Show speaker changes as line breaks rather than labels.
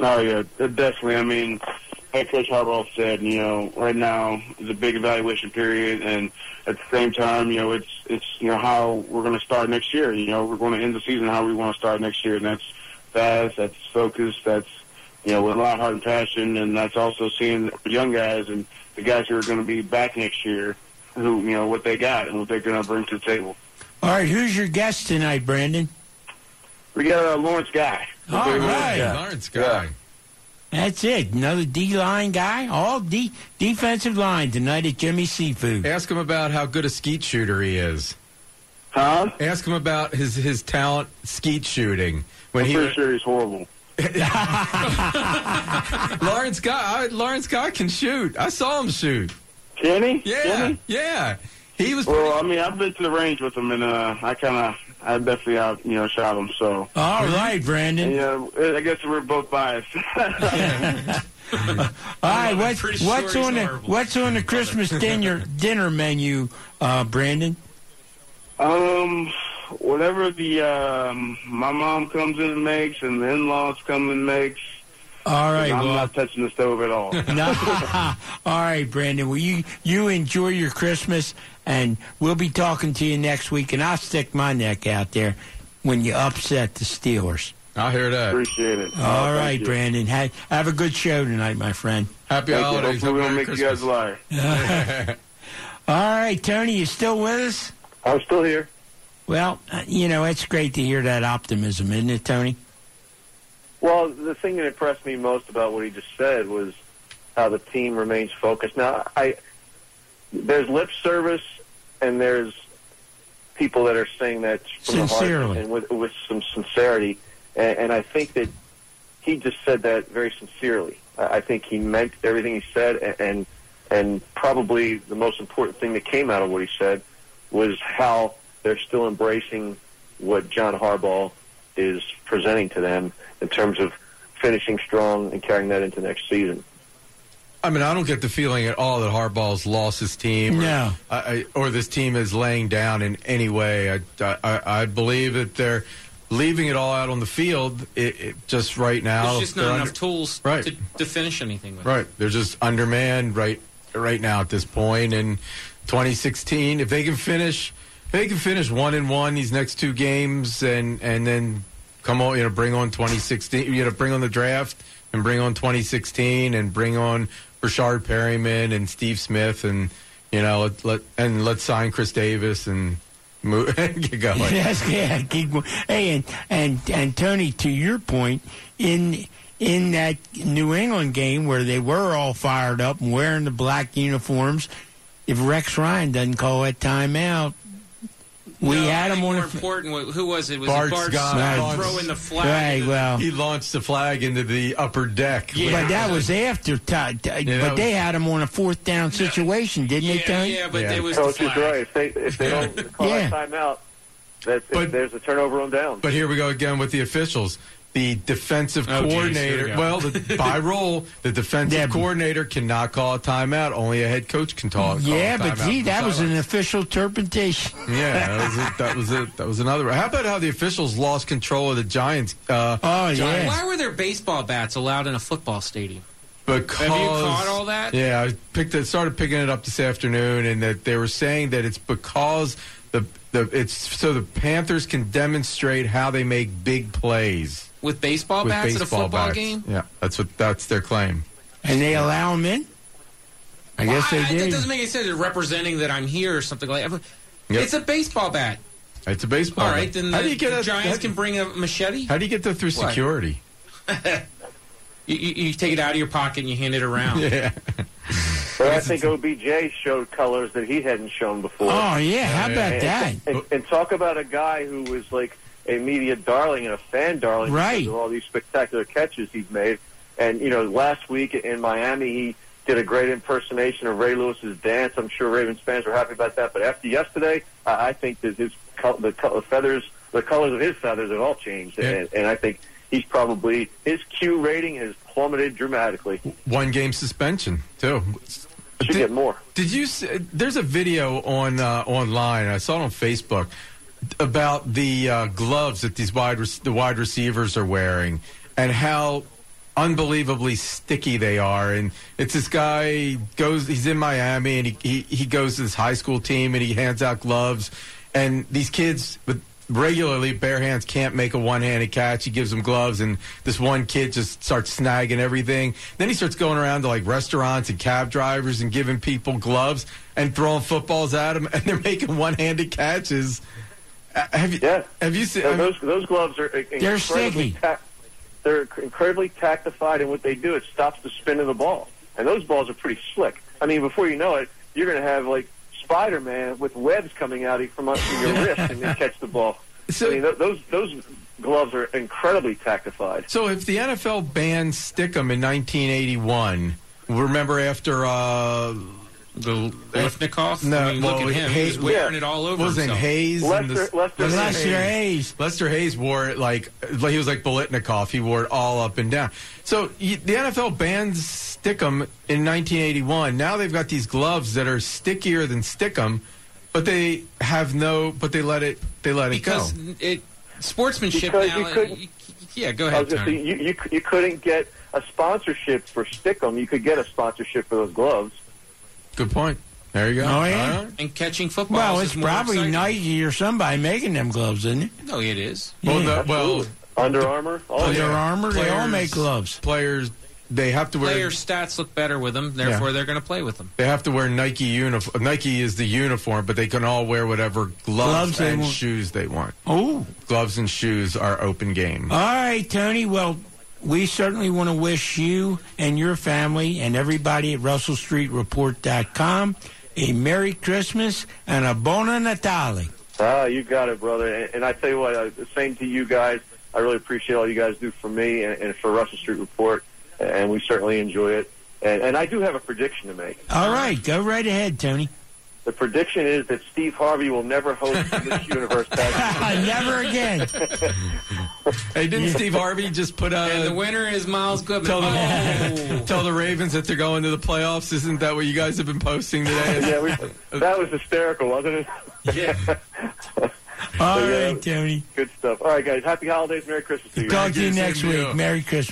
Oh yeah, definitely. I mean, like Coach Harbaugh said, you know, right now is a big evaluation period, and at the same time, you know, it's it's you know how we're going to start next year. You know, we're going to end the season how we want to start next year, and that's fast, that's focused, that's you know with a lot of heart and passion, and that's also seeing the young guys and the guys who are going to be back next year, who you know what they got and what they're going to bring to the table.
All right, who's your guest tonight, Brandon?
We got uh, Lawrence Guy.
All
Okay, Lawrence
right.
Guy.
Lawrence guy.
That's it. Another D line guy. All D defensive line tonight at Jimmy Seafood.
Ask him about how good a skeet shooter he is.
Huh?
Ask him about his his talent skeet shooting. When
I'm
he
pretty sure he's horrible.
Lawrence guy, I, Lawrence guy can shoot. I saw him shoot.
Can he?
Yeah,
Can he?
yeah. He was.
Well, I mean, I've been to the range with him, and uh, I kind of, I definitely, uh, you know, shot him. So,
All right, Brandon.
yeah, I guess we're both biased.
All right,
I'm
what's
pretty
what's
sure
on the
he's horrible.
what's on the Christmas dinner dinner menu, uh, Brandon?
um, whatever the um, my mom comes in and makes, and the in-laws come and makes,
All right,
I'm
well,
not touching the stove at all.
no, all right, Brandon. Well, you you enjoy your Christmas, and we'll be talking to you next week. And I'll stick my neck out there when you upset the Steelers.
I hear that.
Appreciate it.
All right,
Oh, thank you.
Brandon. Ha- have a good show tonight, my friend.
Happy
Thank you.
holidays.
Hopefully, we
Merry
don't make you guys
Christmas.
liar.
All right, Tony, you still with us?
I'm still here.
Well, uh, you know, it's great to hear that optimism, isn't it, Tony?
Well, the thing that impressed me most about what he just said was how the team remains focused. Now, I there's lip service and there's people that are saying that from the heart
Sincerely.
and with, with some sincerity, and, and I think that he just said that very sincerely. I I think he meant everything he said, a- and and probably the most important thing that came out of what he said was how they're still embracing what John Harbaugh is presenting to them in terms of finishing strong and carrying that into next season.
I mean, I don't get the feeling at all that Harbaugh's lost his team. Or,
No.
I, I, or this team is laying down in any way. I, I, I believe that they're leaving it all out on the field it, it, just right now.
There's just
Oh, They're
not enough
under-
tools
Right.
to, to finish anything with.
Right. They're just undermanned right right now at this point. And 2016, if they can finish, if they can finish one and one these next two games, and and then come on, you know, bring on 2016, you know, bring on the draft and bring on 2016 and bring on Rashard Perryman and Steve Smith and you know let, let and let's sign Chris Davis and move and get going.
Yes, yeah. Keep, go- hey, and, and and Tony, to your point, in in that New England game where they were all fired up and wearing the black uniforms, if Rex Ryan doesn't call that timeout, we
No,
had
I
him
think
on
more
the. f-
important. wa- Who was it? Was
Bart
it Bart
Scott.
Scott
Right.
throwing the flag?
Right. Well.
He launched the flag into the upper deck.
Yeah.
But that was after, ti- ti-
that
but
was-
they had him on a fourth down situation, didn't they,
yeah,
Tony?
yeah, but
Yeah.
it was the
Coach is
flag.
right. If they, if they don't call
Yeah.
that timeout, that's, if
But-
there's a turnover on downs.
But here we go again with the officials. The defensive
Oh, geez,
coordinator,
here we go.
well, the, by rule, the defensive
Yeah.
coordinator cannot call a timeout. Only a head coach can ta- call.
Yeah,
a
but
timeout
see,
from
that was an
sideline.
official interpretation.
yeah. That was, it, that was it. That was another. How about how the officials lost control of the Giants? Uh,
Oh
John,
yeah,
Why were there baseball bats allowed in a football stadium?
because
Have you caught all that?
Yeah, I picked it. Started picking it up this afternoon, and that they were saying that it's because the the it's so the Panthers can demonstrate how they make big plays
With baseball
with
bats
baseball
at a football
bats.
game?
Yeah, that's what that's their claim.
and they allow him in. I guess
Why?
they
That
did.
doesn't make any sense. They're representing that I'm here or something like that.
Yep.
It's a baseball bat.
It's a baseball.
All right, then
how do
the,
you get
the
a,
Giants
how,
can bring a machete.
How do you get that through
What?
security?
you, you, you take it out of your pocket and you hand it around.
Yeah,
But I think OBJ showed colors that he hadn't shown before.
Oh yeah, how
Yeah.
about that?
and, and, and talk about a guy who was like a media darling and a fan darling
Right.
because of all these spectacular catches he's made. And you know, last week in Miami, he did a great impersonation of Ray Lewis's dance. I'm sure Ravens fans were happy about that. But after yesterday, I, I think that his col- the col- feathers, the colors of his feathers, have all changed.
Yeah.
And, and I think he's probably his Q rating has plummeted dramatically.
one game suspension too.
Should get more.
Did you? See, there's a video on uh, online. I saw it on Facebook about the uh, gloves that these wide rec- the wide receivers are wearing and how unbelievably sticky they are. And it's this guy goes, he's in Miami, and he, he, he goes to this high school team, and he hands out gloves. And these kids with regularly bare hands can't make a one-handed catch. He gives them gloves, and this one kid just starts snagging everything. Then he starts going around to like restaurants and cab drivers and giving people gloves and throwing footballs at them, and they're making one-handed catches. Uh, Have you?
Yeah.
Have you um, seen?
Now, those those gloves are
They're
incredibly
sticky.
tac- they're incredibly tactified, and what they do is stops the spin of the ball. And those balls are pretty slick. I mean, before you know it, you're going to have like Spider Man with webs coming out from up from your wrist and then catch the ball.
So-
I mean, th- those those gloves are incredibly tactified.
So if the NFL banned Stickum in 1981, remember after uh, the
Lefnikoff?
No,
I mean,
well,
look at him.
Hay-
He's wearing
yeah.
it all over
wasn't
himself.
Hayes and
Lester-
the-
Lester
Unless you're A's.
Lester Hayes wore it like like he was like Bolitnikoff. He wore it all up and down. So y- the NFL banned Stickum in 1981. Now they've got these gloves that are stickier than Stickum, but they have no. But they let it. They let it
because
go.
it sportsmanship
Because
now.
you couldn't-
y- y- yeah, go
I
ahead,
was going to
Tony.
say you, you c- you couldn't get a sponsorship for Stickum. You could get a sponsorship for those gloves.
Good point. There you go.
Oh, yeah.
All right.
and catching footballs.
Well,
is
it's
more
probably
exciting.
Nike or somebody making them gloves, isn't it?
No, it is.
Well,
Yeah.
the- well,
Under Armour. Oh,
Under
yeah.
yeah.
Armour, they all
Players-
make gloves.
Players, they have to wear.
Player stats look better with them, therefore they're going to play with them.
They have to wear Nike uniform. Nike is the uniform, but they can all wear whatever
Gloves
gloves,
they
and
want.
shoes they want.
Oh.
Gloves and shoes are open game.
All right, Tony. Well, we certainly want to wish you and your family and everybody at RussellStreetReport.com a Merry Christmas and a Buona Natale.
Ah, you got it, brother. And, and I tell you what, uh, the same to you guys. I really appreciate all you guys do for me and, and for Russell Street Report, and we certainly enjoy it. And, and I do have a prediction to make.
All right, go right ahead, Tony.
The prediction is that Steve Harvey will never host the Miss Universe pageant.
Uh, Never again.
Hey, didn't Steve Harvey just put
Uh,
out
And the winner is Miles Goodman.
tell them-
Oh.
tell the Ravens that they're going to the playoffs? Isn't that what you guys have been posting today?
Yeah, we, that was hysterical, wasn't it?
All right, Tony.
Good stuff. All right, guys. Happy holidays. Merry Christmas to you.
Talk to you
Same
next
to you.
week. Merry Christmas.